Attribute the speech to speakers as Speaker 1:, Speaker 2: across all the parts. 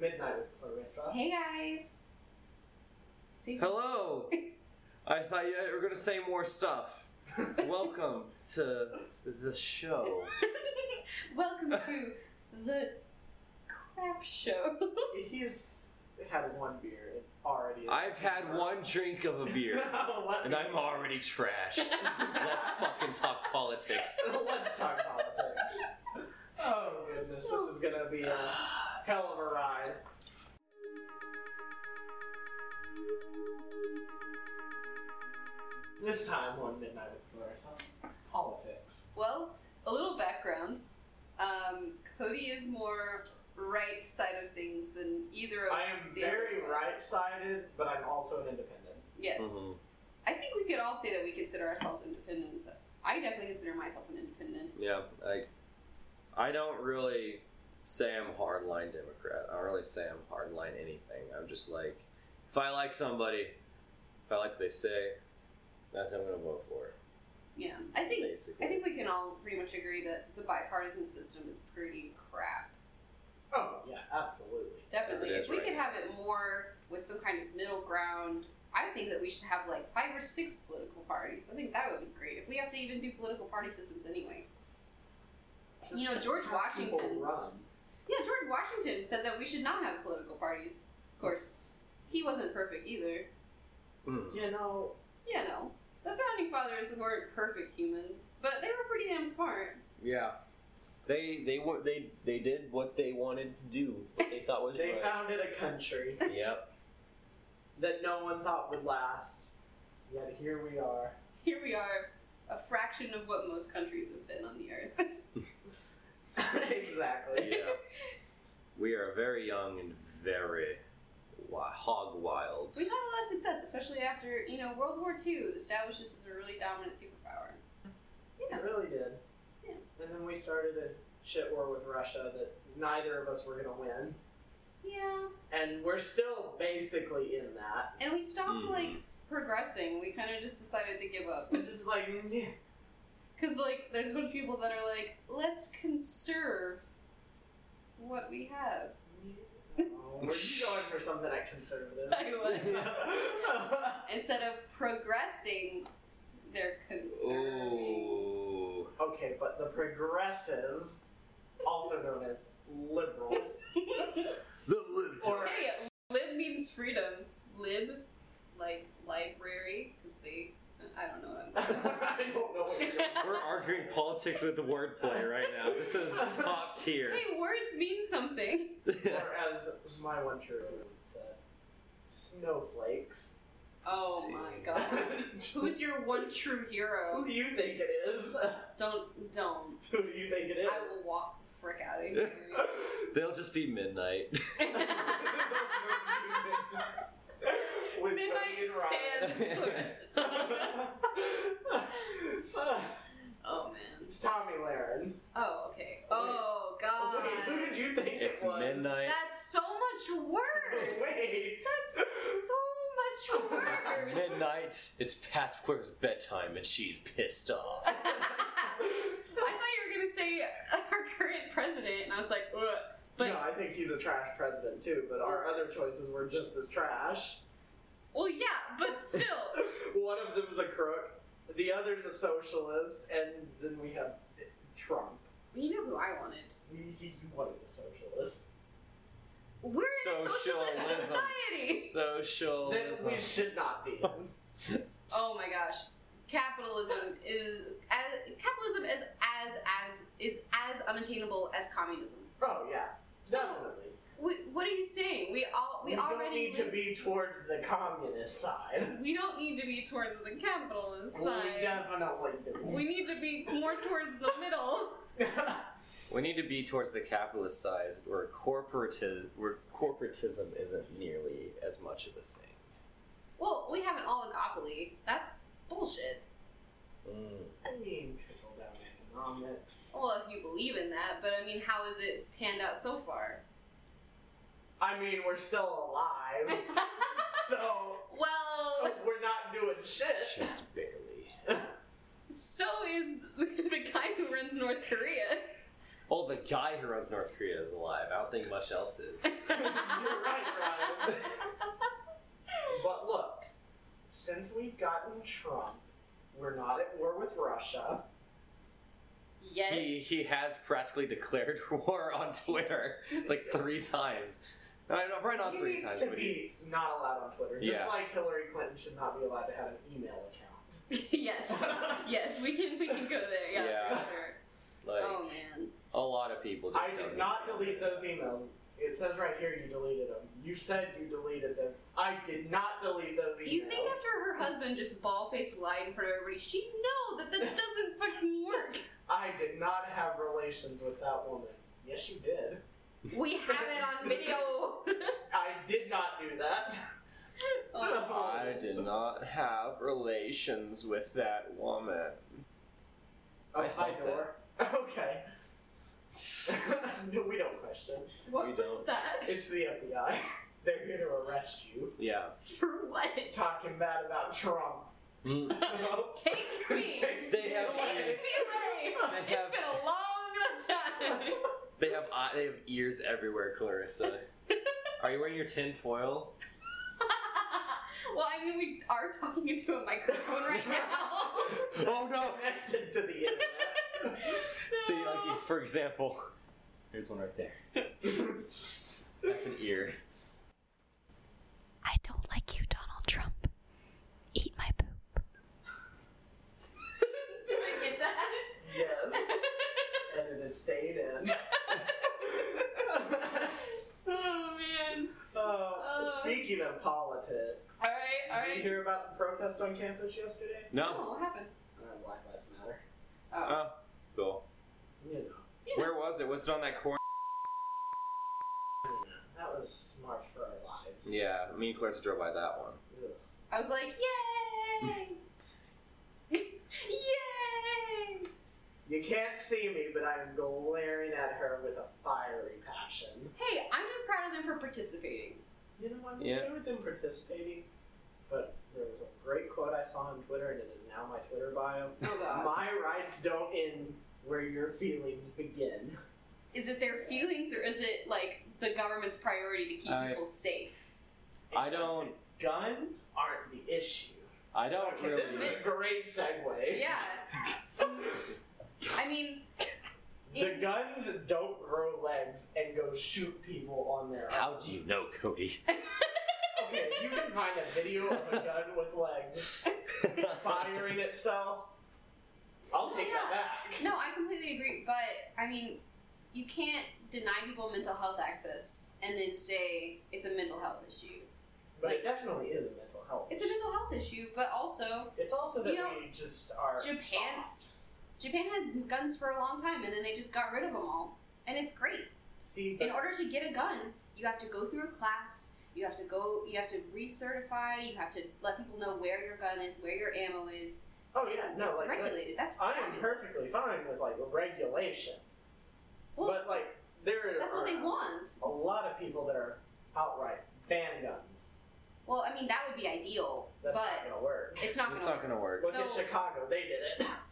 Speaker 1: Midnight with Clarissa.
Speaker 2: Hey guys. Season.
Speaker 3: Hello! I thought you were going to say more stuff. Welcome to the show.
Speaker 2: Welcome to the crap show.
Speaker 1: He's had one beer and already.
Speaker 3: I've had one drink of a beer,
Speaker 1: Let
Speaker 3: and
Speaker 1: me-
Speaker 3: I'm already trashed. Let's fucking talk politics.
Speaker 1: Let's talk politics. Oh goodness, this is gonna be a hell of a ride. This time on Midnight with Clarissa, politics.
Speaker 2: well, a little background. Um, Capote is more right side of things than either of
Speaker 1: I am
Speaker 2: the other
Speaker 1: very
Speaker 2: ones.
Speaker 1: right-sided, but I'm also an independent.
Speaker 2: Yes.
Speaker 1: Mm-hmm.
Speaker 3: Mhm.
Speaker 2: I think we could all say that we consider ourselves independent. So I definitely consider myself an independent.
Speaker 3: Yeah, I, I don't really say I'm hardline Democrat. I don't really say I'm hardline anything. I'm just like, if I like somebody, if I like what they say, that's who I'm going to vote for.
Speaker 2: Yeah. I think
Speaker 3: Basically.
Speaker 2: I think we can all pretty much agree that the bipartisan system is pretty crap.
Speaker 1: Oh yeah, absolutely.
Speaker 2: Definitely.
Speaker 3: It
Speaker 2: If
Speaker 3: is
Speaker 2: we
Speaker 3: right
Speaker 2: could
Speaker 3: now.
Speaker 2: have it more with some kind of middle ground, I think that we should have like five or six political parties. I think that would be great. If we have to even do political party systems anyway. You know, George
Speaker 1: How people
Speaker 2: Washington-
Speaker 1: Run.
Speaker 2: Yeah, George Washington said that we should not have political parties. Of course, he wasn't perfect either.
Speaker 3: Mm.
Speaker 1: You know,
Speaker 2: Yeah, no. The founding fathers weren't perfect humans, but they were pretty damn smart.
Speaker 3: Yeah. They they were they they did what they wanted to do. What they thought was
Speaker 1: they
Speaker 3: right.
Speaker 1: founded a country
Speaker 3: yep.
Speaker 1: that no one thought would last. Yet here we are.
Speaker 2: Here we are, a fraction of what most countries have been on the earth.
Speaker 1: exactly.
Speaker 3: Yeah. we are very young and very wi- hog wild.
Speaker 2: We've had a lot of success, especially after, you know, World War II establishes us as a really dominant superpower.
Speaker 1: It
Speaker 2: Yeah.
Speaker 1: really did.
Speaker 2: Yeah.
Speaker 1: And then we started a shit war with Russia that neither of us were gonna win.
Speaker 2: Yeah.
Speaker 1: And we're still basically in that.
Speaker 2: And we stopped,
Speaker 3: Mhm.
Speaker 2: like, progressing. We kind of just decided to give up.
Speaker 1: We're just like, "Nyeh."
Speaker 2: Because, like, there's a bunch of people that are like, let's conserve what we have.
Speaker 1: oh, were you going for something at conservatives?
Speaker 2: I Instead of progressing, they're conserving.
Speaker 3: Ooh.
Speaker 1: okay, but the progressives, also known as liberals,
Speaker 3: The lived.
Speaker 1: Or-
Speaker 2: Hey, lib means freedom. Lib, like, library, because they, I don't know. I'm-
Speaker 1: I don't know what you're
Speaker 3: We're arguing politics with the wordplay right now. This is top tier.
Speaker 2: Hey, words mean something.
Speaker 1: Or as my one true friend said, snowflakes.
Speaker 2: Oh my god. Who's your one true
Speaker 1: Who
Speaker 2: hero?
Speaker 1: do you think it is?
Speaker 2: Don't don't.
Speaker 1: Who do you think it is?
Speaker 2: I will walk the frick out of here.
Speaker 3: They'll just be midnight.
Speaker 1: With Cody
Speaker 2: Midnight
Speaker 1: and Ryan.
Speaker 2: Sands Clarissa. oh man.
Speaker 1: it's Tommy Laren.
Speaker 2: Oh okay. Oh
Speaker 1: Wait, who
Speaker 2: god.
Speaker 1: did you think
Speaker 3: It's
Speaker 1: it was?
Speaker 3: midnight.
Speaker 2: That's so much worse.
Speaker 1: Wait.
Speaker 2: That's so much worse.
Speaker 3: Midnight. It's past Claire's bedtime and she's pissed off.
Speaker 2: I thought you were gonna say our current president, and I was like, Ugh. but
Speaker 1: no, I think he's a trash president too, but our other choices were just as trash.
Speaker 2: well, yeah, but still.
Speaker 1: One of them's a crook, the other's a socialist, and then we have Trump.
Speaker 2: You know who I wanted.
Speaker 1: He, he wanted a socialist.
Speaker 2: We're in a
Speaker 3: Socialism.
Speaker 2: socialist society.
Speaker 1: That
Speaker 3: Socialism.
Speaker 1: we should not be in.
Speaker 2: Oh my gosh. Capitalism is as, capitalism is as as is as unattainable as communism.
Speaker 1: Oh yeah,
Speaker 2: So-
Speaker 1: definitely.
Speaker 2: We, what are you saying? We all we,
Speaker 1: don't
Speaker 2: already
Speaker 1: need to
Speaker 2: live-
Speaker 1: be towards the communist side.
Speaker 2: we don't need to be towards the capitalist
Speaker 1: We
Speaker 2: side.
Speaker 1: definitely do.
Speaker 2: We need to be more towards the middle.
Speaker 3: We need to be towards the capitalist side, where corporatism, where corporatism isn't nearly as much of a thing.
Speaker 2: Well, we have an oligopoly. That's bullshit.
Speaker 1: I mean, trickle down economics.
Speaker 2: Well, if you believe in that, but I mean, how is it panned out so far?
Speaker 1: I mean, we're still alive, so
Speaker 2: well,
Speaker 1: we're not doing shit.
Speaker 3: Just barely.
Speaker 2: so is the guy who runs North Korea.
Speaker 3: Oh, the guy who runs North Korea is alive. I don't think much else is.
Speaker 1: You're right, Ryan. But look, since we've gotten Trump, we're not at war with Russia.
Speaker 2: yes.
Speaker 3: He he has practically declared war on Twitter like three times. No, no, probably not
Speaker 1: he
Speaker 3: three
Speaker 1: needs
Speaker 3: times.
Speaker 1: to
Speaker 3: but he-
Speaker 1: be not allowed on Twitter,
Speaker 3: Yeah.
Speaker 1: just like Hillary Clinton should not be allowed to have an email account.
Speaker 2: yes. Yes, we can we can go there. Yeah,
Speaker 3: Yeah.
Speaker 2: for sure.
Speaker 3: like
Speaker 2: oh man.
Speaker 3: a lot of people. Just
Speaker 1: I
Speaker 3: don't
Speaker 1: did not
Speaker 3: know.
Speaker 1: delete those emails. It says right here you deleted them. You said you deleted them. I did not delete those emails.
Speaker 2: You think after her husband just ball faced lied in front of everybody, she'd know that that doesn't fucking work.
Speaker 1: I did not have relations with that woman. Yes, you did.
Speaker 2: We have it on video.
Speaker 1: I did not do that.
Speaker 2: Oh.
Speaker 3: I did not have relations with that woman.
Speaker 1: Oh,
Speaker 3: I
Speaker 1: hi,
Speaker 3: felt
Speaker 1: Nor. Okay. no, we don't question.
Speaker 2: What
Speaker 3: We
Speaker 2: was
Speaker 3: don't.
Speaker 2: that?
Speaker 1: It's the FBI. They're here to arrest you.
Speaker 3: Yeah.
Speaker 2: For what?
Speaker 1: Talking bad about Trump.
Speaker 3: Mm.
Speaker 2: Take me.
Speaker 1: Take
Speaker 3: They have-
Speaker 2: Take me away.
Speaker 3: They have
Speaker 2: It's been a long time.
Speaker 3: they have eye, they have ears everywhere, Clarissa. Are you wearing your tin foil?
Speaker 2: well, I mean, we are talking into a microphone right now.
Speaker 3: Oh no!
Speaker 1: Connected to the internet.
Speaker 2: so...
Speaker 3: See, like for example, there's one right there. That's an ear.
Speaker 4: I don't like you, Donald Trump. Eat my poop.
Speaker 2: Did I get that?
Speaker 1: yes. And it is stayed in.
Speaker 2: oh man.
Speaker 1: Oh,
Speaker 2: Uh.
Speaker 1: speaking of politics,
Speaker 2: All right, all
Speaker 1: did you
Speaker 2: right.
Speaker 1: hear about the protest on campus yesterday?
Speaker 3: No.
Speaker 2: Oh, what happened?
Speaker 1: Uh, Black Lives Matter.
Speaker 2: Oh.
Speaker 3: Oh, cool.
Speaker 1: You know,
Speaker 3: Where was it? Was it on that corner?
Speaker 1: that was March for Our Lives.
Speaker 3: Yeah, me and Clarissa drove by that one.
Speaker 1: Ugh.
Speaker 2: I was like, yay! yay!
Speaker 1: You can't see me, but I am glaring at her with a fiery passion.
Speaker 2: Hey, I'm just proud of them for participating.
Speaker 1: You know, I'm
Speaker 3: Yeah.
Speaker 1: okay with them participating, but there was a great quote I saw on Twitter, and it is now my Twitter bio.
Speaker 2: Oh god.
Speaker 1: My rights don't end where your feelings begin.
Speaker 2: Is it their feelings or is it like the government's priority to keep
Speaker 3: I-
Speaker 2: people safe?
Speaker 3: I don't.
Speaker 1: Guns aren't the issue.
Speaker 3: I don't
Speaker 1: Okay,
Speaker 3: really.
Speaker 1: this is a great segue.
Speaker 2: Yeah. I mean,
Speaker 1: The guns don't grow legs and go shoot people on their
Speaker 3: How
Speaker 1: own.
Speaker 3: do you know, Cody?
Speaker 1: Okay, you can find a video of a gun with legs firing itself. I'll take that back.
Speaker 2: No, I completely agree, but I mean, you can't deny people mental health access and then say it's a mental health issue.
Speaker 1: But it definitely is a mental health.
Speaker 2: It's a mental health issue, but also
Speaker 1: It's also that
Speaker 2: You know,
Speaker 1: we just are
Speaker 2: Japan-
Speaker 1: soft.
Speaker 2: Japan had guns for a long time and then they just got rid of them all. And it's great.
Speaker 1: See, but
Speaker 2: In order to get a gun, you have to go through a class, you have to go, you have to recertify, you have to let people know where your gun is, where your ammo is.
Speaker 1: oh yeah, no,
Speaker 2: it's
Speaker 1: like like,
Speaker 2: regulated. That's
Speaker 1: I
Speaker 2: fabulous.
Speaker 1: am perfectly fine with like regulation,
Speaker 2: Well,
Speaker 1: but like there
Speaker 2: that's
Speaker 1: are
Speaker 2: what they want.
Speaker 1: a lot of people that are outright ban guns.
Speaker 2: Well, I mean, that would be ideal,
Speaker 1: That's
Speaker 2: but
Speaker 1: not gonna work.
Speaker 2: it's not
Speaker 3: It's
Speaker 2: going
Speaker 3: not
Speaker 2: to.
Speaker 3: gonna work.
Speaker 1: Look at
Speaker 2: so-
Speaker 1: Chicago; they did it,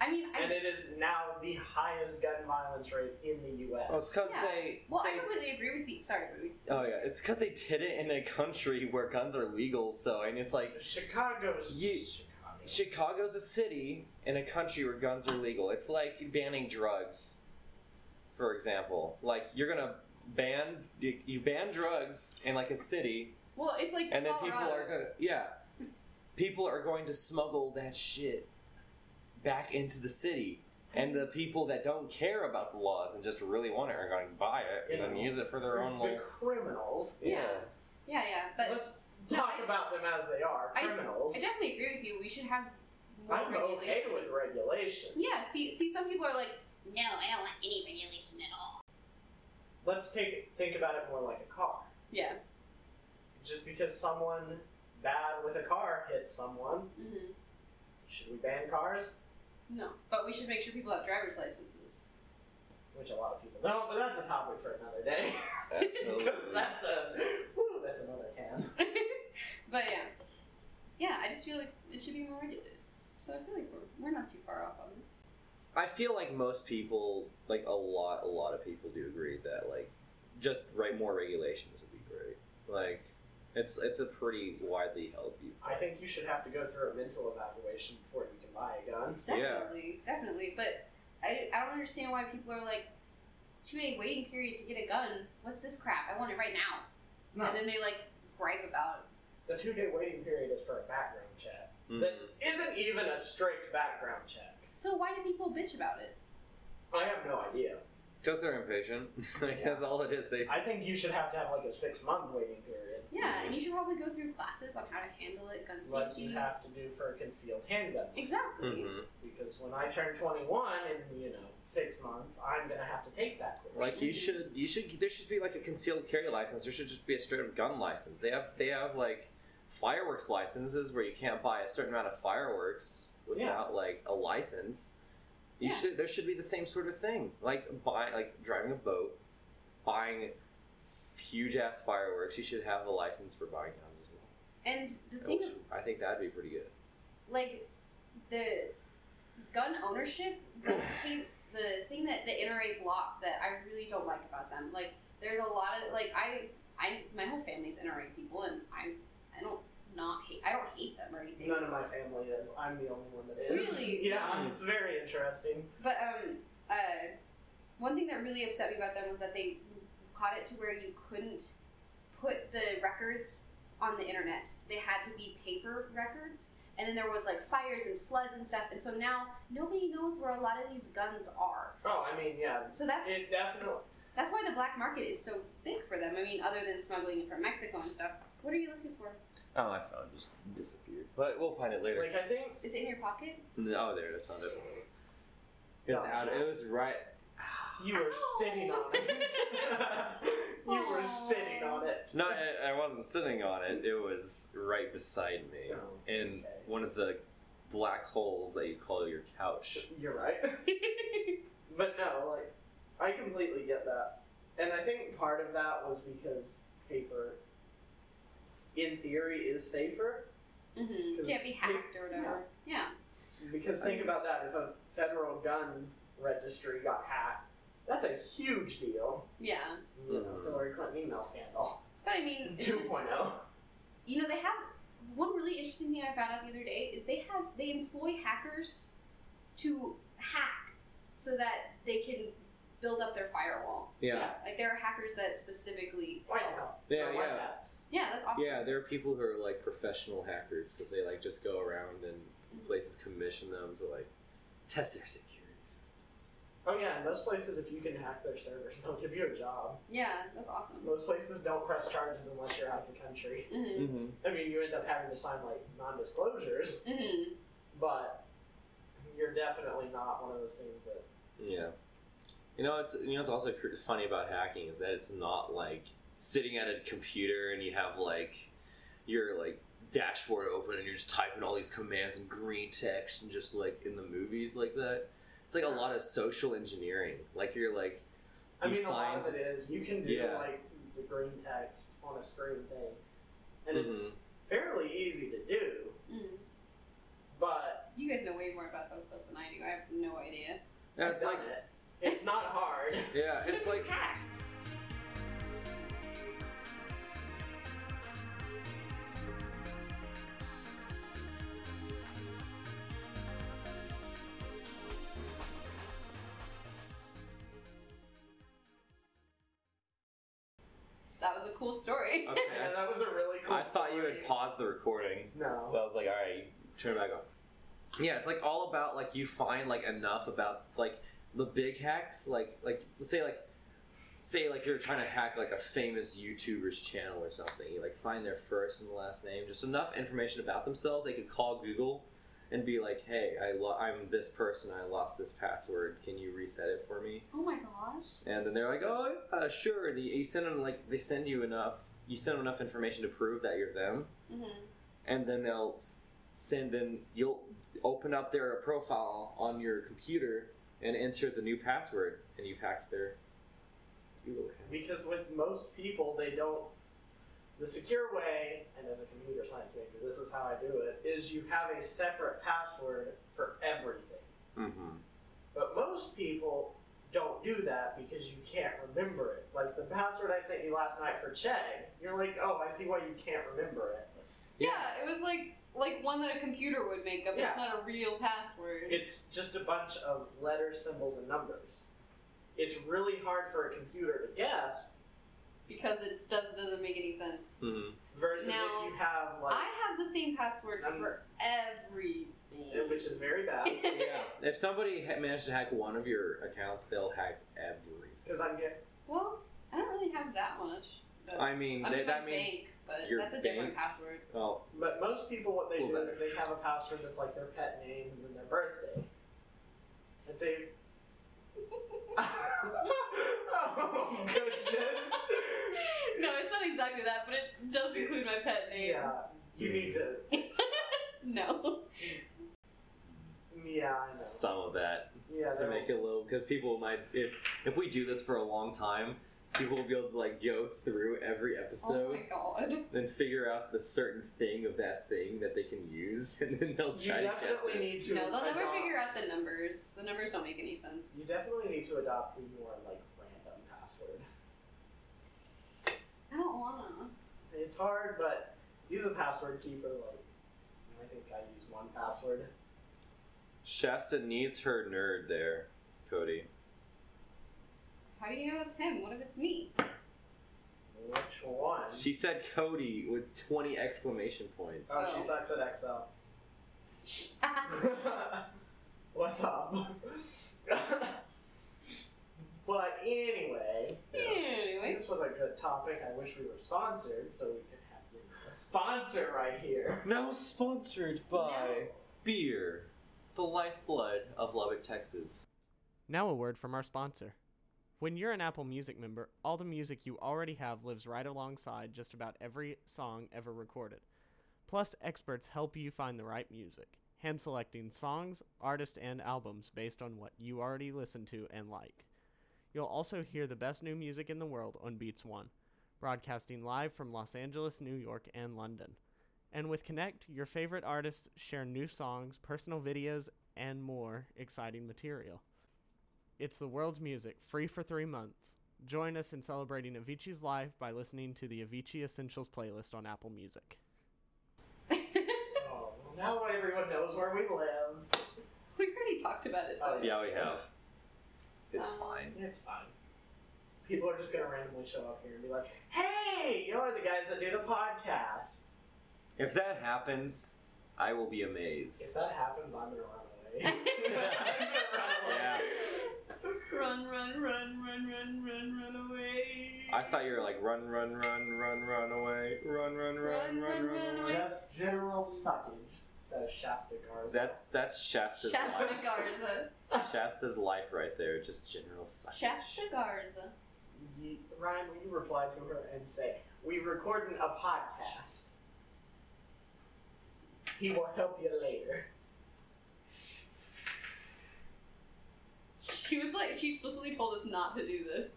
Speaker 2: I mean, I,
Speaker 1: and it is now the highest gun violence rate in the U.S.
Speaker 3: Well, it's because
Speaker 2: Yeah.
Speaker 3: they.
Speaker 2: Well, I
Speaker 3: they
Speaker 2: completely agree with you. Sorry, Ruby.
Speaker 3: oh yeah, it's because they did it in a country where guns are legal. So and it's like
Speaker 1: Chicago's
Speaker 3: Ye-
Speaker 1: Chicago.
Speaker 3: Chicago's a city in a country where guns are legal. It's like banning drugs, for example. Like you're gonna ban you, you ban drugs in like a city,
Speaker 2: Well, it's like
Speaker 3: and then
Speaker 2: Colorado.
Speaker 3: people are gonna yeah, people are going to smuggle that shit back into the city. And the people that don't care about the laws and just really want it are going to buy it and then use it for their own
Speaker 1: the
Speaker 3: little.
Speaker 1: criminals.
Speaker 2: Yeah. Yeah, yeah. But
Speaker 1: Let's
Speaker 2: No,
Speaker 1: talk
Speaker 2: I-
Speaker 1: about them as they are
Speaker 2: I-
Speaker 1: criminals.
Speaker 2: I definitely agree with you. We should have more
Speaker 1: I'm
Speaker 2: regulation.
Speaker 1: okay with regulation.
Speaker 2: Yeah. See, see, some people are like,
Speaker 4: No, I don't want any regulation at all.
Speaker 1: Let's take think about it more like a car.
Speaker 2: yeah.
Speaker 1: Just because someone bad with a car hits someone,
Speaker 2: hmm
Speaker 4: Mm-hmm.
Speaker 1: should we ban cars?
Speaker 2: No, but we should make sure people have driver's licenses.
Speaker 1: Which a lot of people don't, but that's a topic for another day.
Speaker 3: Absolutely.
Speaker 1: Because that's a whew, that's another can.
Speaker 2: but yeah, yeah. I just feel like it should be more regulated. So I feel like we're, we're not too far off on this.
Speaker 3: I feel like most people, like a lot, a lot of people do agree that like just write more regulations would be great. Like it's it's a pretty widely held view.
Speaker 1: I think you should have to go through a mental evaluation before you can buy a gun.
Speaker 3: Yeah.
Speaker 2: Definitely, definitely. But I, I don't understand why people are like, two day waiting period to get a gun. What's this crap? I want it right now. And then they like gripe about
Speaker 1: The two day waiting period is for a background check. That
Speaker 3: Mhm.
Speaker 1: isn't even a strict background check.
Speaker 2: it. So why do people bitch about it?
Speaker 1: I have no idea.
Speaker 3: Because they're impatient. like
Speaker 1: Yeah.
Speaker 3: that's all it is. They
Speaker 1: I think you should have to have like a six month waiting period.
Speaker 2: Yeah, and you should probably go through classes on how to handle it, gun
Speaker 1: Like you
Speaker 2: safety.
Speaker 1: have Mm-hmm. to do for a concealed handgun. license.
Speaker 2: Exactly.
Speaker 3: Mhm.
Speaker 1: Because when I turn 21 in, you know, six months, I'm going to have to take that course.
Speaker 3: like you should you should there should be like a concealed carry license. There should just be a straight up gun license. They have they have like fireworks licenses where you can't buy a certain amount of fireworks without like a license. You
Speaker 2: Yeah.
Speaker 3: should there should be the same sort of thing. Like buy like driving a boat, buying huge ass fireworks. You should have a license for buying guns as well.
Speaker 2: And the thing,
Speaker 3: Which I think that'd be pretty good.
Speaker 2: like the gun ownership, the thing, the thing that the NRA blocked that I really don't like about them, like there's a lot of like I, I my whole family's NRA people, and I, I don't not hate, I don't hate them or anything.
Speaker 1: None of my family is. I'm the only one that is.
Speaker 2: Really?
Speaker 1: Yeah, it's very interesting.
Speaker 2: But um, uh, one thing that really upset me about them was that they caught it to where you couldn't put the records on the internet. They had to be paper records, and then there was like fires and floods and stuff. And so now nobody knows where a lot of these guns are.
Speaker 1: Oh, I mean, yeah.
Speaker 2: So that's
Speaker 1: It definitely.
Speaker 2: that's why the black market is so big for them. I mean, other than smuggling it from Mexico and stuff. What are you looking for?
Speaker 3: Oh, my phone just disappeared. But we'll find it later.
Speaker 1: Like, I think.
Speaker 2: Is it in your pocket?
Speaker 3: No, oh, there it is. Found it. It was
Speaker 1: Dumbass.
Speaker 3: out. It was right.
Speaker 1: You were sitting on it. you were
Speaker 2: Aw.
Speaker 1: sitting on it.
Speaker 3: No, I, I wasn't sitting on it. It was right beside me
Speaker 1: Oh,
Speaker 3: in
Speaker 1: okay.
Speaker 3: one of the black holes that you call your couch.
Speaker 1: You're right. but no, like, I completely get that. And I think part of that was because paper, in theory, is safer.
Speaker 2: Mm-hmm.
Speaker 1: 'Cause
Speaker 2: Can't be
Speaker 1: we-
Speaker 2: hacked or whatever. Yeah.
Speaker 1: Because think about that if a federal guns registry got hacked, that's a huge deal.
Speaker 2: Yeah.
Speaker 1: You know,
Speaker 3: Mhm.
Speaker 1: Hillary Clinton email scandal oh.
Speaker 2: But I mean, it's just
Speaker 1: 2.0.
Speaker 2: you know they have one really interesting thing i found out the other day is they have they employ hackers to hack so that they can build up their firewall
Speaker 3: Yeah,
Speaker 2: like there are hackers that specifically
Speaker 1: White House.
Speaker 3: yeah, Oh,
Speaker 1: Or White
Speaker 3: yeah,
Speaker 1: Hats.
Speaker 2: yeah that's awesome
Speaker 3: yeah. There are people who are like professional hackers because they like just go around and places commission them to like test their security system.
Speaker 1: Oh, yeah, in most places, if you can hack their servers, they'll give you a job.
Speaker 2: Yeah, that's awesome
Speaker 1: Most places don't press charges unless you're out of the country.
Speaker 2: hmm
Speaker 3: Mm-hmm.
Speaker 1: I mean, you end up having to sign, like, non disclosures,
Speaker 2: hmm
Speaker 1: but you're definitely not one of those things that.
Speaker 3: Yeah. You know, it's you know, it's also cr- funny about hacking is that it's not like sitting at a computer and you have like your like dashboard open and you're just typing all these commands in green text and just like in the movies like that. It's like a lot of social engineering. Like you're like
Speaker 1: I
Speaker 3: You
Speaker 1: mean, a lot of
Speaker 3: find-
Speaker 1: it is. You can do,
Speaker 3: Yeah.
Speaker 1: like, the green text on a screen thing, and it's
Speaker 3: Mhm.
Speaker 1: fairly easy to do,
Speaker 2: hmm
Speaker 1: but
Speaker 2: you guys know way more about that stuff than i do i have no idea
Speaker 3: yeah,
Speaker 1: I've
Speaker 3: it's like
Speaker 1: done it. It's not hard.
Speaker 3: yeah,
Speaker 2: What if
Speaker 3: it's
Speaker 2: you
Speaker 3: like
Speaker 2: hacked that was a cool story
Speaker 3: okay.
Speaker 1: Yeah, that was a really cool
Speaker 3: I thought you
Speaker 1: story.
Speaker 3: would pause the recording.
Speaker 1: No.
Speaker 3: So I was like, all right, turn it back on. Yeah, it's like all about like you find like enough about like the big hacks, like like let's say like say like you're trying to hack like a famous YouTuber's channel or something. You like find their first and last name, just enough information about themselves they could call Google and be like, hey, I lo- I'm this person, I lost this password, can you reset it for me?
Speaker 2: oh my gosh
Speaker 3: And then they're like, oh, yeah, sure. And you send them like they send you enough, you send them enough information to prove that you're them
Speaker 2: mm-hmm.
Speaker 3: and then they'll s- send in you'll open up their profile on your computer and enter the new password and you've hacked their Google account.
Speaker 1: Because with most people, they don't. The secure way, and as a computer science major, this is how I do it, is you have a separate password for everything.
Speaker 3: Mm-hmm.
Speaker 1: But most people don't do that because you can't remember it. Like the password I sent you last night for Chegg, you're like, oh, I see why you can't remember it.
Speaker 3: Yeah.
Speaker 2: Yeah, it was like like one that a computer would make up.
Speaker 1: Yeah.
Speaker 2: It's not a real password.
Speaker 1: It's just a bunch of letters, symbols, and numbers. It's really hard for a computer to guess
Speaker 2: because it does doesn't make any sense.
Speaker 3: Mhm.
Speaker 1: versus
Speaker 2: Now,
Speaker 1: if you have like,
Speaker 2: I have the same password
Speaker 1: I'm-
Speaker 2: for everything.
Speaker 1: which is very bad
Speaker 3: yeah. If somebody ha- managed to hack one of your accounts, they'll hack everything.
Speaker 1: because I'm getting.
Speaker 2: well, I don't really have that much. That's,
Speaker 3: I mean,
Speaker 2: I
Speaker 3: they-
Speaker 2: mean
Speaker 3: that
Speaker 2: my
Speaker 3: means
Speaker 2: bank, but
Speaker 3: your
Speaker 2: that's a
Speaker 3: bank.
Speaker 2: different password.
Speaker 3: well,
Speaker 1: But most people, what they
Speaker 3: Cool
Speaker 1: do
Speaker 3: better.
Speaker 1: is they have a password that's like their pet name and then their birthday. And say, oh goodness!
Speaker 2: no, it's not exactly that, but it does include my pet name.
Speaker 1: Yeah, you need to.
Speaker 2: No.
Speaker 1: Yeah, I know.
Speaker 3: some of that
Speaker 1: Yeah,
Speaker 3: to
Speaker 1: they're-
Speaker 3: make it low because people might if if we do this for a long time, people will be able to like go through every
Speaker 2: oh
Speaker 3: episode
Speaker 2: my god.
Speaker 3: and figure out the certain thing of that thing that they can use, and then they'll
Speaker 1: you
Speaker 3: try to guess
Speaker 1: definitely
Speaker 3: it.
Speaker 1: need to.
Speaker 2: No, they'll never
Speaker 1: adopt-
Speaker 2: figure out the numbers. The numbers don't make any
Speaker 1: You
Speaker 2: sense.
Speaker 1: definitely need to adopt the more like random password.
Speaker 2: I don't wanna.
Speaker 1: It's hard, but use a password keeper. Like, I think I use one password.
Speaker 3: Shasta needs her nerd there, Cody.
Speaker 2: How do you know it's him? What if it's me?
Speaker 1: Which one?
Speaker 3: She said Cody with twenty exclamation points.
Speaker 1: oh,
Speaker 2: Oh.
Speaker 1: she sucks at Excel. What's up? but anyway,
Speaker 2: Anyway,
Speaker 1: this was a good topic. I wish we were sponsored so we could have you know, a sponsor right here.
Speaker 3: Now sponsored by beer, the lifeblood of Lubbock, Texas.
Speaker 5: Now, a word from our sponsor. When you're an Apple Music member, all the music you already have lives right alongside just about every song ever recorded. Plus, experts help you find the right music, hand selecting songs, artists, and albums based on what you already listen to and like. You'll also hear the best new music in the world on Beats One, broadcasting live from Los Angeles, New York, and London. And with Connect, your favorite artists share new songs, personal videos, and more exciting material. It's the world's music, free for three months. Join us in celebrating Avicii's life by listening to the Avicii Essentials playlist on Apple Music.
Speaker 1: Oh, well, now everyone knows where we live.
Speaker 2: we already talked about it.
Speaker 1: Oh,
Speaker 2: Though.
Speaker 3: Yeah, we have. It's
Speaker 2: Um,
Speaker 3: fine.
Speaker 1: It's fine. People are just gonna randomly show up here and be like, "Hey, you're the guys that do the podcast."
Speaker 3: If that happens, I will be amazed.
Speaker 1: If that happens, I'm gonna run away. I'm gonna run away.
Speaker 3: Yeah.
Speaker 2: Run, run, run, run, run, run, run away.
Speaker 3: I thought you were like run, run, run, run, run away, run, run, run, run,
Speaker 2: Run,
Speaker 3: run,
Speaker 2: run, run
Speaker 3: away.
Speaker 2: away.
Speaker 1: Just general suckage, says Shasta Garza.
Speaker 3: That's that's Shasta's
Speaker 2: Shasta
Speaker 3: life.
Speaker 2: Garza.
Speaker 3: Shasta's life right there, just general suckage.
Speaker 2: Shasta Garza.
Speaker 1: Ye- Ryan, will you reply to her and say, We recording a podcast? He will help you later.
Speaker 2: She was like, she explicitly told us not to do this.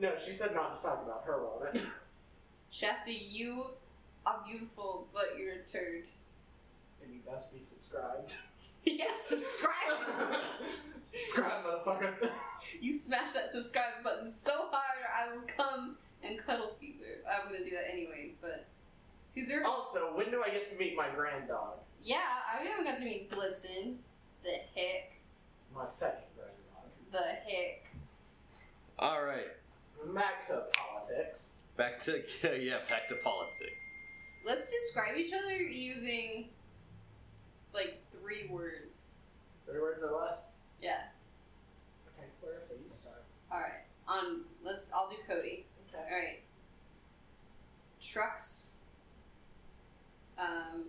Speaker 1: No, she said not to talk about her role.
Speaker 2: Shasta, you are beautiful, but you're a turd.
Speaker 1: and you best be subscribed.
Speaker 2: yes, subscribe.
Speaker 1: subscribe, motherfucker.
Speaker 2: you smash that subscribe button so hard, or I will come and cuddle Caesar. I'm gonna do that anyway, but Caesar.
Speaker 1: also, when do I get to meet my grand dog?
Speaker 2: Yeah, I haven't got to meet Blitzen. The heck.
Speaker 1: My second grand dog.
Speaker 2: The heck.
Speaker 3: All right,
Speaker 1: Back to politics.
Speaker 3: back to yeah, back to politics.
Speaker 2: Let's describe each other using like three words.
Speaker 1: Three words or less?
Speaker 2: Yeah.
Speaker 1: Okay, Clarissa, you start.
Speaker 2: All right. On let's. I'll do Cody.
Speaker 1: Okay.
Speaker 2: All right. Trucks. Um.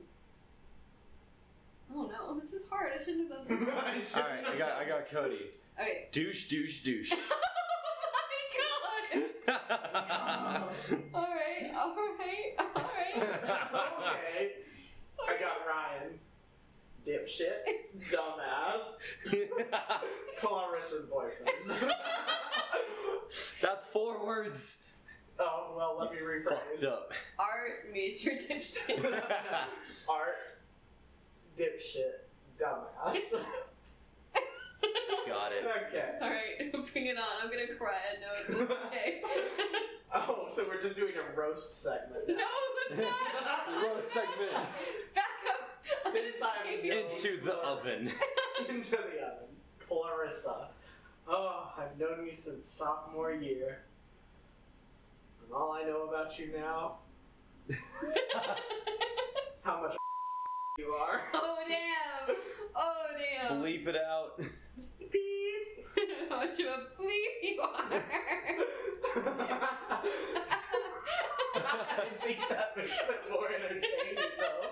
Speaker 2: Oh no, this is hard. I shouldn't have done this.
Speaker 3: All right, I got I got Cody.
Speaker 2: Okay.
Speaker 3: Douche, douche, douche.
Speaker 2: oh my god. All right. All right. All right.
Speaker 1: okay. I got Ryan. Dipshit. Dumbass. Clarissa's boyfriend.
Speaker 3: That's four words.
Speaker 1: oh, well, let me
Speaker 3: You Fucked
Speaker 1: rephrase.
Speaker 3: up.
Speaker 2: Art major dipshit.
Speaker 1: Art. Dipshit. Dumbass.
Speaker 3: Got it.
Speaker 1: Okay.
Speaker 2: All right, bring it on. I'm gonna cry. I know it, but it's okay.
Speaker 1: Oh, so we're just doing a roast segment.
Speaker 2: no, that's
Speaker 1: It's
Speaker 2: not.
Speaker 1: the
Speaker 3: roast segment.
Speaker 2: Back up. I
Speaker 1: Since
Speaker 2: didn't
Speaker 1: I'm
Speaker 2: say-
Speaker 1: young.
Speaker 3: Into the oven.
Speaker 1: Into the oven. Clarissa. Oh, I've known you since sophomore year. And all I know about you now is how much you are.
Speaker 2: Oh damn! Oh damn!
Speaker 3: Bleep it out.
Speaker 2: How much of a bleep you are!
Speaker 1: I think that makes it more entertaining, though.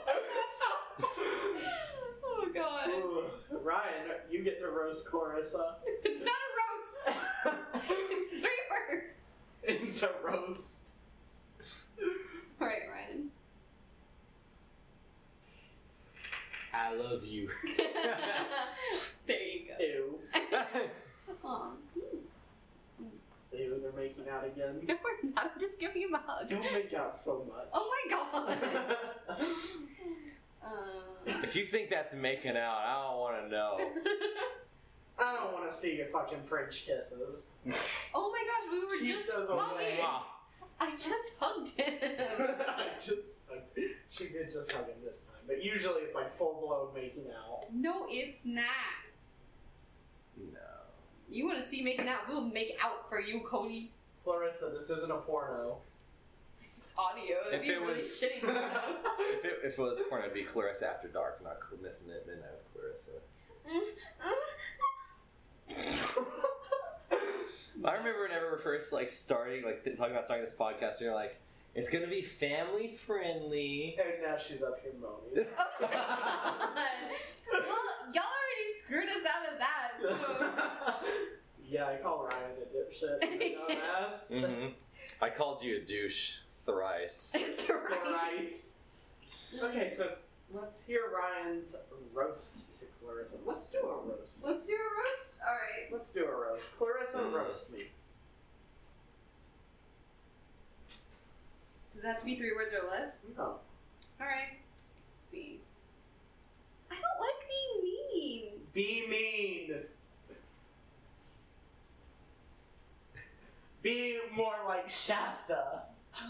Speaker 2: oh god!
Speaker 1: Ooh, Ryan, you get to roast Clarissa
Speaker 2: It's not a roast. It's three words.
Speaker 1: into roast.
Speaker 2: All right, Ryan.
Speaker 3: I love you.
Speaker 2: there you go.
Speaker 1: Ew.
Speaker 2: Aw, hmm.
Speaker 1: Ew, they're making out again.
Speaker 2: no, we're not. I'm just giving him a hug.
Speaker 1: Don't make out so much.
Speaker 2: Oh my god. Um,
Speaker 3: if you think that's making out, I don't want to know.
Speaker 1: I don't want to see your fucking French kisses.
Speaker 2: oh my gosh, we were
Speaker 1: Keep
Speaker 2: just
Speaker 1: those away.
Speaker 2: hugging.
Speaker 3: Ah,
Speaker 2: I just hugged him.
Speaker 1: I just, like, she did just hug him this time, but usually it's like full blown making out.
Speaker 2: no, it's not.
Speaker 3: no.
Speaker 2: You want to see making out? We'll make out for you, Cody.
Speaker 1: Clarissa, this isn't a porno.
Speaker 2: It's audio. It'd
Speaker 3: If
Speaker 2: be
Speaker 3: it
Speaker 2: really
Speaker 3: was-
Speaker 2: shitty photo.
Speaker 3: If it, if it was porn, it'd be Clarissa After Dark, not Cl- Missing It Midnight with Clarissa.
Speaker 2: Um,
Speaker 3: I remember whenever we first like starting, like th- talking about starting this podcast, and you're like, "It's gonna be family friendly."
Speaker 1: and now she's up here moaning.
Speaker 2: Oh my god. Well, y'all already screwed us out of that. So.
Speaker 1: yeah, I call Ryan a dipshit. and a Dumbass.
Speaker 3: hmm I called you a douche thrice.
Speaker 1: Christ. Okay, so let's hear Ryan's roast to Clarissa. Let's do a roast.
Speaker 2: Let's do a roast. All right.
Speaker 1: Let's do a roast. Clarissa,
Speaker 3: Mm.
Speaker 1: roast me.
Speaker 2: Does it have to be three words or less?
Speaker 1: Oh,
Speaker 2: All right. Let's see. I don't like being mean.
Speaker 1: be mean. Be more like Shasta.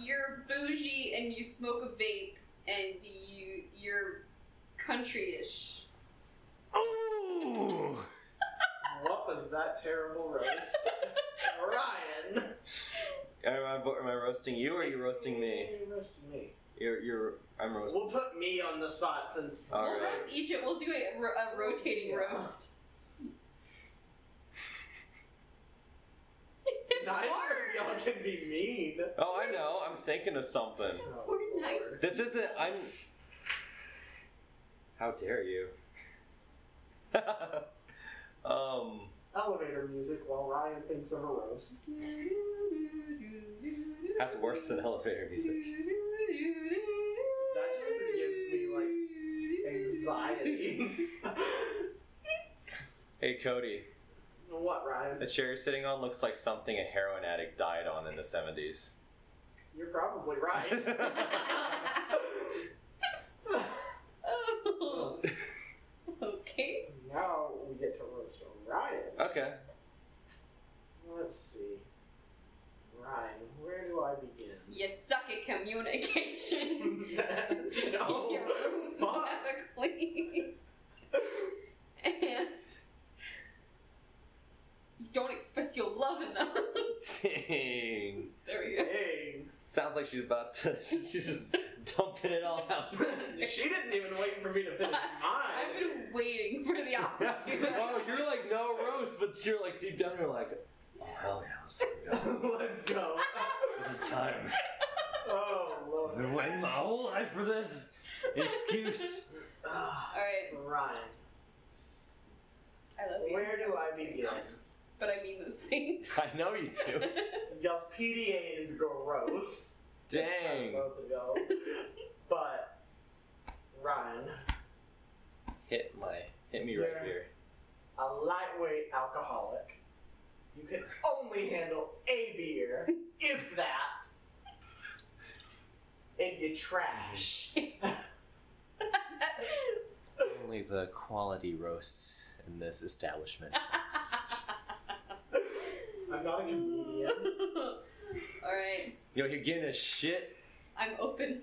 Speaker 2: You're bougie and you smoke a vape and you you're country-ish.
Speaker 3: Ooh!
Speaker 1: What was that terrible roast? Ryan.
Speaker 3: Am I, am I roasting you or are you roasting me?
Speaker 1: You're roasting me.
Speaker 3: You're, you're I'm roasting.
Speaker 1: We'll put me on the spot since
Speaker 3: All
Speaker 2: we'll
Speaker 3: right.
Speaker 2: roast each. We'll do a, ro- a rotating
Speaker 1: Yeah.
Speaker 2: roast. it's
Speaker 1: neither
Speaker 2: hard.
Speaker 1: of y'all can be mean.
Speaker 3: Oh, I know. I'm thinking of something.
Speaker 1: Oh,
Speaker 2: We're
Speaker 1: Lord.
Speaker 2: nice.
Speaker 3: This isn't. I'm. How dare you? um.
Speaker 1: Elevator music while Ryan thinks of a roast.
Speaker 3: That's worse than elevator music.
Speaker 1: That just gives me like anxiety.
Speaker 3: Hey, Cody.
Speaker 1: what, Ryan?
Speaker 3: The chair you're sitting on looks like something a heroin addict died on in the 70s.
Speaker 1: You're probably right.
Speaker 2: Oh. okay.
Speaker 1: now we get to roast Ryan.
Speaker 3: okay.
Speaker 1: Let's see. Ryan, where do I begin?
Speaker 2: You suck at communication.
Speaker 1: no.
Speaker 2: Your room's
Speaker 1: Fuck.
Speaker 2: never clean. and you don't express your love enough.
Speaker 3: Dang.
Speaker 2: there we go.
Speaker 1: Dang.
Speaker 3: Sounds like she's about to. She's just dumping it all out.
Speaker 1: she didn't even wait for me to finish
Speaker 2: I've
Speaker 1: mine.
Speaker 2: been waiting for the opportunity.
Speaker 3: oh, you're like no roast, but you're like deep down, you're like, oh hell yeah, let's fucking go.
Speaker 1: Let's go.
Speaker 3: This is time.
Speaker 1: Oh,
Speaker 3: I've
Speaker 1: Lord.
Speaker 3: been waiting my whole life for this excuse.
Speaker 1: Ah,
Speaker 2: All right,
Speaker 1: Ryan,
Speaker 2: I love you.
Speaker 1: where do I begin?
Speaker 2: But I mean those things.
Speaker 3: I know you do.
Speaker 1: Y'all's PDA is gross.
Speaker 3: Dang.
Speaker 1: Both of y'all. But Ryan,
Speaker 3: Hit my, hit me right
Speaker 1: Yeah.
Speaker 3: here.
Speaker 1: a lightweight alcoholic, you can only handle a beer, if that, and you trash.
Speaker 3: Oh Apparently, the quality roasts in this establishment.
Speaker 1: I'm not a comedian.
Speaker 2: All right,
Speaker 3: Yo, you're getting a shit.
Speaker 2: I'm open.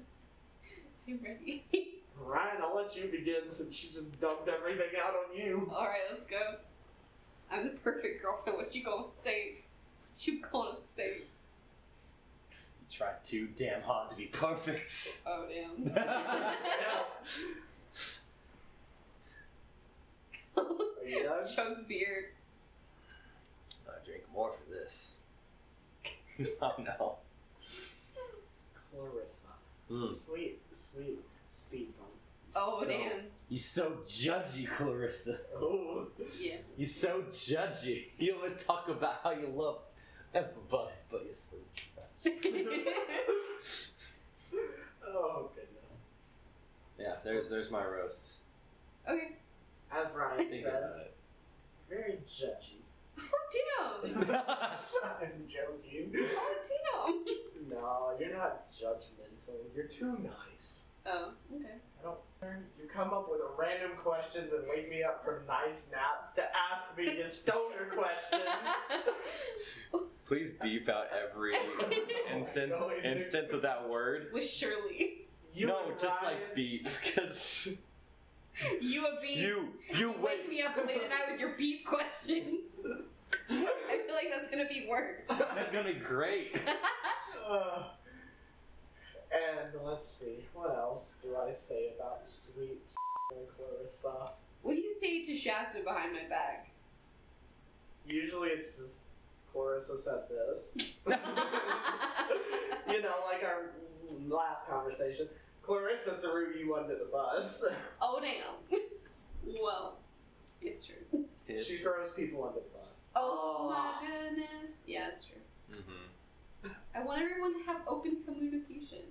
Speaker 2: You ready?
Speaker 1: Ryan, I'll let you begin since she just dumped everything out on you.
Speaker 2: All right, let's go. I'm the perfect girlfriend. What you gonna say? What you gonna say?
Speaker 3: Try too damn hard to be perfect.
Speaker 2: Oh damn.
Speaker 1: Yeah. Are you done?
Speaker 2: Chugs beer.
Speaker 3: I drink more for this. oh no.
Speaker 1: Clarissa.
Speaker 3: Mm.
Speaker 1: Sweet, sweet speed bump.
Speaker 2: Oh
Speaker 3: So-
Speaker 2: damn.
Speaker 3: You so judgy, Clarissa.
Speaker 1: Oh.
Speaker 2: Yeah.
Speaker 3: You so judgy. You always talk about how you love everybody, but you're so judgy.
Speaker 1: oh, goodness.
Speaker 3: Yeah, there's there's my roast.
Speaker 2: okay.
Speaker 1: As Ryan
Speaker 3: Think
Speaker 1: said,
Speaker 3: about it.
Speaker 1: very judgy.
Speaker 2: Oh damn.
Speaker 1: I'm joking.
Speaker 2: Oh damn.
Speaker 1: No, you're not judgmental. You're too nice.
Speaker 2: Oh okay.
Speaker 1: I don't. You come up with random questions and wake me up from nice naps to ask me to stoner questions.
Speaker 3: Please beep out every instance
Speaker 1: Oh my God.
Speaker 3: instance of that word.
Speaker 2: With Shirley.
Speaker 1: You
Speaker 3: no,
Speaker 1: and
Speaker 3: just
Speaker 1: Ryan-
Speaker 3: like beep, because
Speaker 2: You a beep.
Speaker 3: you you
Speaker 2: You
Speaker 3: wait.
Speaker 2: wake me up late at night with your beep questions. I feel like that's gonna be worse.
Speaker 3: That's gonna be great.
Speaker 1: Uh, and let's see, what else do I say about sweet Clarissa?
Speaker 2: What do you say to Shasta behind my back?
Speaker 1: Usually it's just Clarissa said this. you know, like our last conversation. Clarissa threw you under the bus.
Speaker 2: oh damn. well, it's true.
Speaker 1: she throws people under the bus. Aw.
Speaker 2: Oh my goodness. Yeah, it's true.
Speaker 3: mm-hmm.
Speaker 2: I want everyone to have open communication.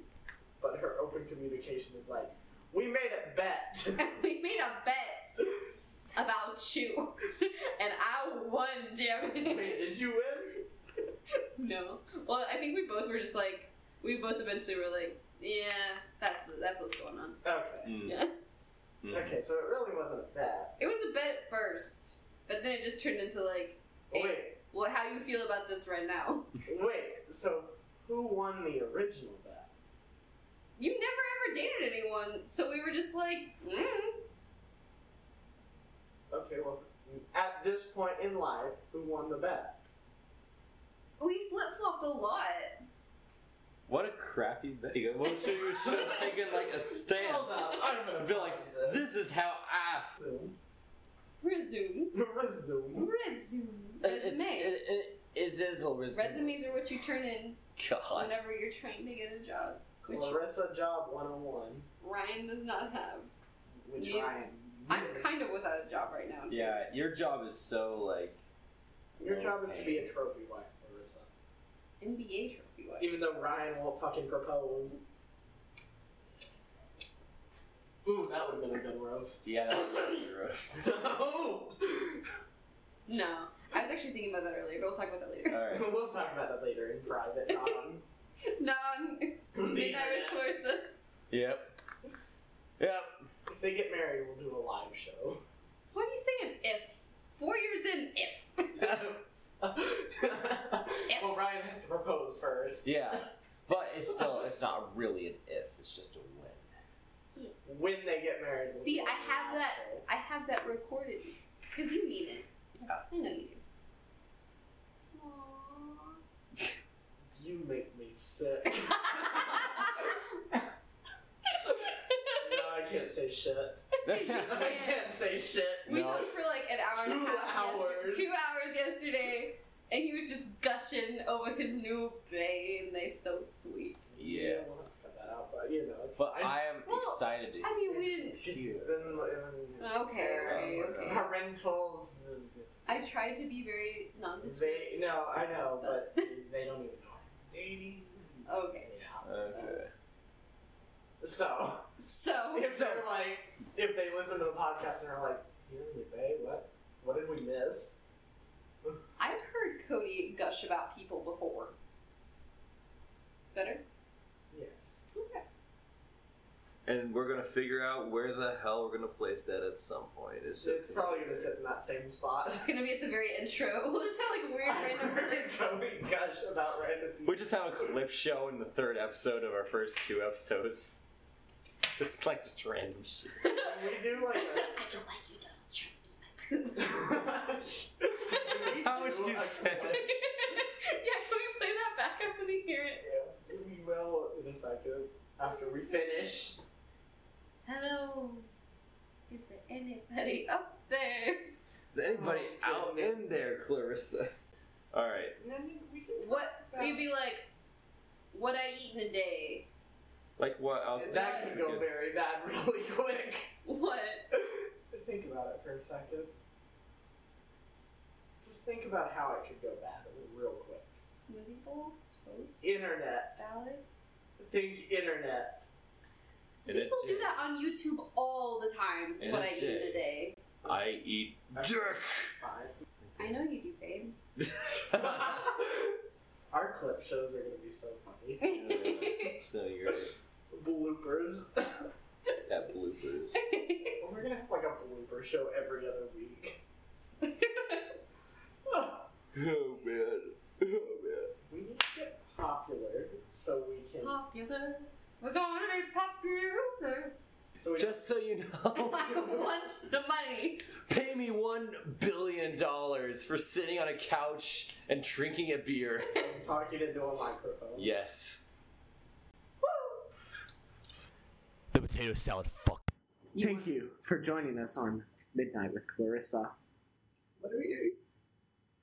Speaker 1: But her open communication is like, we made a bet.
Speaker 2: we made a bet about you, and I won, damn
Speaker 1: Wait,
Speaker 2: it.
Speaker 1: did you win?
Speaker 2: No. Well, I think we both were just like, we both eventually were like, yeah, that's that's what's going on.
Speaker 1: Okay.
Speaker 3: Mm.
Speaker 2: Yeah.
Speaker 1: Okay, so it really wasn't a bet.
Speaker 2: It was a bet at first, but then it just turned into like, hey,
Speaker 1: Wait,
Speaker 2: well, how you feel about this right now?
Speaker 1: wait. So who won the original bet?
Speaker 2: You never ever dated anyone, so we were just like, mm.
Speaker 1: Okay, well, at this point in life, who won the bet?
Speaker 2: we flip flopped a lot.
Speaker 3: What a crappy video. Well, she was should have taken like a stance.
Speaker 1: Hold up, I'm gonna
Speaker 3: Be like,
Speaker 1: pause
Speaker 3: this is how I feel.
Speaker 1: Resume.
Speaker 2: Resume.
Speaker 1: Resume.
Speaker 2: Resume.
Speaker 3: Uh,
Speaker 2: Resume.
Speaker 3: Is this what resume?
Speaker 2: Resumes are what you turn in
Speaker 3: God.
Speaker 2: whenever you're trying to get a job. Which
Speaker 1: Clarissa Job 101.
Speaker 2: Ryan does not have.
Speaker 1: Which
Speaker 2: You-
Speaker 1: Ryan.
Speaker 2: I'm
Speaker 1: used.
Speaker 2: kind of without a job right now. too.
Speaker 3: Yeah, your job is so like.
Speaker 1: Your job is to be a
Speaker 3: low-paying.
Speaker 1: trophy wife, Clarissa.
Speaker 2: NBA trophy wife.
Speaker 1: Even though Ryan won't fucking propose. Ooh, that would have been a good roast.
Speaker 3: Yeah, that's really gross.
Speaker 1: So,
Speaker 2: No, I was actually thinking about that earlier, but we'll talk about that later.
Speaker 3: Alright.
Speaker 1: we'll talk about that later in private, not
Speaker 2: not on
Speaker 1: on the
Speaker 2: Midnight
Speaker 1: internet.
Speaker 2: with Clarissa.
Speaker 3: Yep. Yep.
Speaker 1: If they get married, we'll do a live show.
Speaker 2: Why do you say an if? Four years in, if.
Speaker 1: well, Ryan has to propose first.
Speaker 3: Yeah. But it's still, it's not really an if, it's just a when.
Speaker 1: When they get married. we'll
Speaker 2: See,
Speaker 1: do a
Speaker 2: I have
Speaker 1: live
Speaker 2: that.
Speaker 1: show.
Speaker 2: I have that recorded because you mean it.
Speaker 3: Yeah.
Speaker 2: I know you do. Aww.
Speaker 1: You make me sick. no, I can't say shit. I can't say shit.
Speaker 2: We
Speaker 3: No.
Speaker 2: talked for like an hour and
Speaker 1: Two
Speaker 2: a half. yesterday-
Speaker 1: hours.
Speaker 2: two hours yesterday, and he was just gushing over his new bae, and they so sweet.
Speaker 3: Yeah.
Speaker 1: We'll have to cut that out, but you know, it's
Speaker 3: But
Speaker 1: fine.
Speaker 3: I am
Speaker 2: Well,
Speaker 3: excited to.
Speaker 2: I mean, we didn't.
Speaker 1: It's just in- in-
Speaker 2: Okay, okay, okay.
Speaker 1: Parentals.
Speaker 2: I tried to be very nondescript.
Speaker 1: They, no, I know, but they don't even know I'm dating.
Speaker 2: Okay,
Speaker 1: Yeah.
Speaker 3: Okay.
Speaker 1: So,
Speaker 2: so
Speaker 1: if they're like, if they listen to the podcast and are like, you're in your bay, what? What did we miss?
Speaker 2: I've heard Cody gush about people before. Better.
Speaker 1: Yes.
Speaker 2: Okay.
Speaker 3: and we're gonna figure out where the hell we're gonna place that at some point. It's
Speaker 1: It's
Speaker 3: just
Speaker 1: probably gonna sit in that same spot.
Speaker 2: It's gonna be at the very intro. We'll just have like weird random clips.
Speaker 1: Going gush about random people.
Speaker 3: We just have a clip show in the third episode of our first two episodes. Just like just random shit.
Speaker 1: we do like
Speaker 6: I don't like you, Donald Trump.
Speaker 1: a. That's
Speaker 3: how much you said.
Speaker 2: yeah, can we play that back? I want to hear it.
Speaker 1: We will in a second after we finish.
Speaker 2: Hello. Is there anybody up there?
Speaker 3: Is anybody
Speaker 1: Oh,
Speaker 3: out in
Speaker 1: goodness.
Speaker 3: there, Clarissa? Alright.
Speaker 1: And then we can.
Speaker 2: What? You'd be like, what I eat in a day?
Speaker 3: Like what I was
Speaker 1: that
Speaker 3: thinking
Speaker 1: could
Speaker 3: we
Speaker 1: go very bad really quick.
Speaker 2: What?
Speaker 1: think about it for a second. Just think about how it could go bad real quick.
Speaker 2: Smoothie bowl? Toast?
Speaker 1: Internet.
Speaker 2: Salad?
Speaker 1: Think internet.
Speaker 3: And it
Speaker 2: People do
Speaker 3: did.
Speaker 2: that on YouTube all the time.
Speaker 3: And
Speaker 2: what
Speaker 3: it
Speaker 2: I eat in
Speaker 3: did.
Speaker 2: a day.
Speaker 3: I eat jerk.
Speaker 1: Fine.
Speaker 2: I know you do, babe.
Speaker 1: Our clip shows are gonna be so funny.
Speaker 3: so you're right.
Speaker 1: Bloopers.
Speaker 3: that bloopers.
Speaker 1: We're gonna have like a blooper show every other week.
Speaker 3: Oh man. Oh man.
Speaker 1: we need to get popular so we can.
Speaker 2: popular. We're gonna be popular.
Speaker 1: So we
Speaker 3: Just so you know,
Speaker 2: I want the money.
Speaker 3: pay me one billion dollars for sitting on a couch and drinking a beer.
Speaker 1: can talk it into a microphone.
Speaker 3: Yes.
Speaker 2: Woo!
Speaker 7: The potato salad fuck.
Speaker 1: Thank you for joining us on Midnight with Clarissa.
Speaker 2: What are you?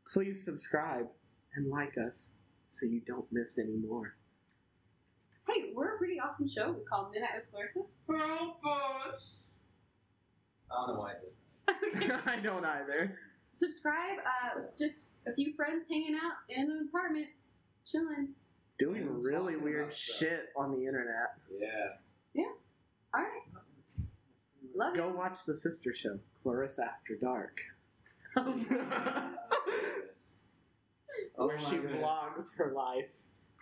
Speaker 1: Please subscribe and like us so you don't miss any more.
Speaker 2: Hey, we're a pretty awesome show. We call Midnight with Clarissa.
Speaker 3: I don't know why.
Speaker 1: I don't either.
Speaker 2: Subscribe. Uh, it's just a few friends hanging out in an apartment, chilling.
Speaker 1: Doing
Speaker 3: And
Speaker 1: really
Speaker 3: talking
Speaker 1: weird
Speaker 3: about stuff.
Speaker 1: shit on the internet.
Speaker 3: Yeah.
Speaker 2: All right. Love
Speaker 1: Go
Speaker 2: you.
Speaker 1: watch the sister show, Clarissa After Dark.
Speaker 2: Oh
Speaker 1: Where
Speaker 3: Oh
Speaker 1: she vlogs her life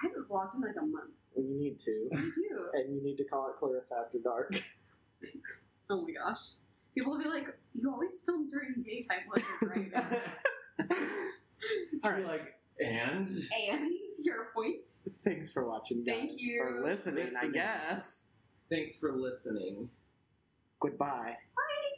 Speaker 2: I haven't vlogged in like a month.
Speaker 1: when you need to.
Speaker 2: I do.
Speaker 1: And you need to call it Clarissa After Dark.
Speaker 2: Oh my gosh. People will be like, you always film during daytime when you're driving.
Speaker 1: All right.
Speaker 3: like, and
Speaker 2: and your point.
Speaker 1: Thanks for watching, guys.
Speaker 2: Thank you.
Speaker 1: Or listening, I
Speaker 3: Listening.
Speaker 1: guess.
Speaker 3: thanks for listening.
Speaker 1: Goodbye.
Speaker 2: Bye.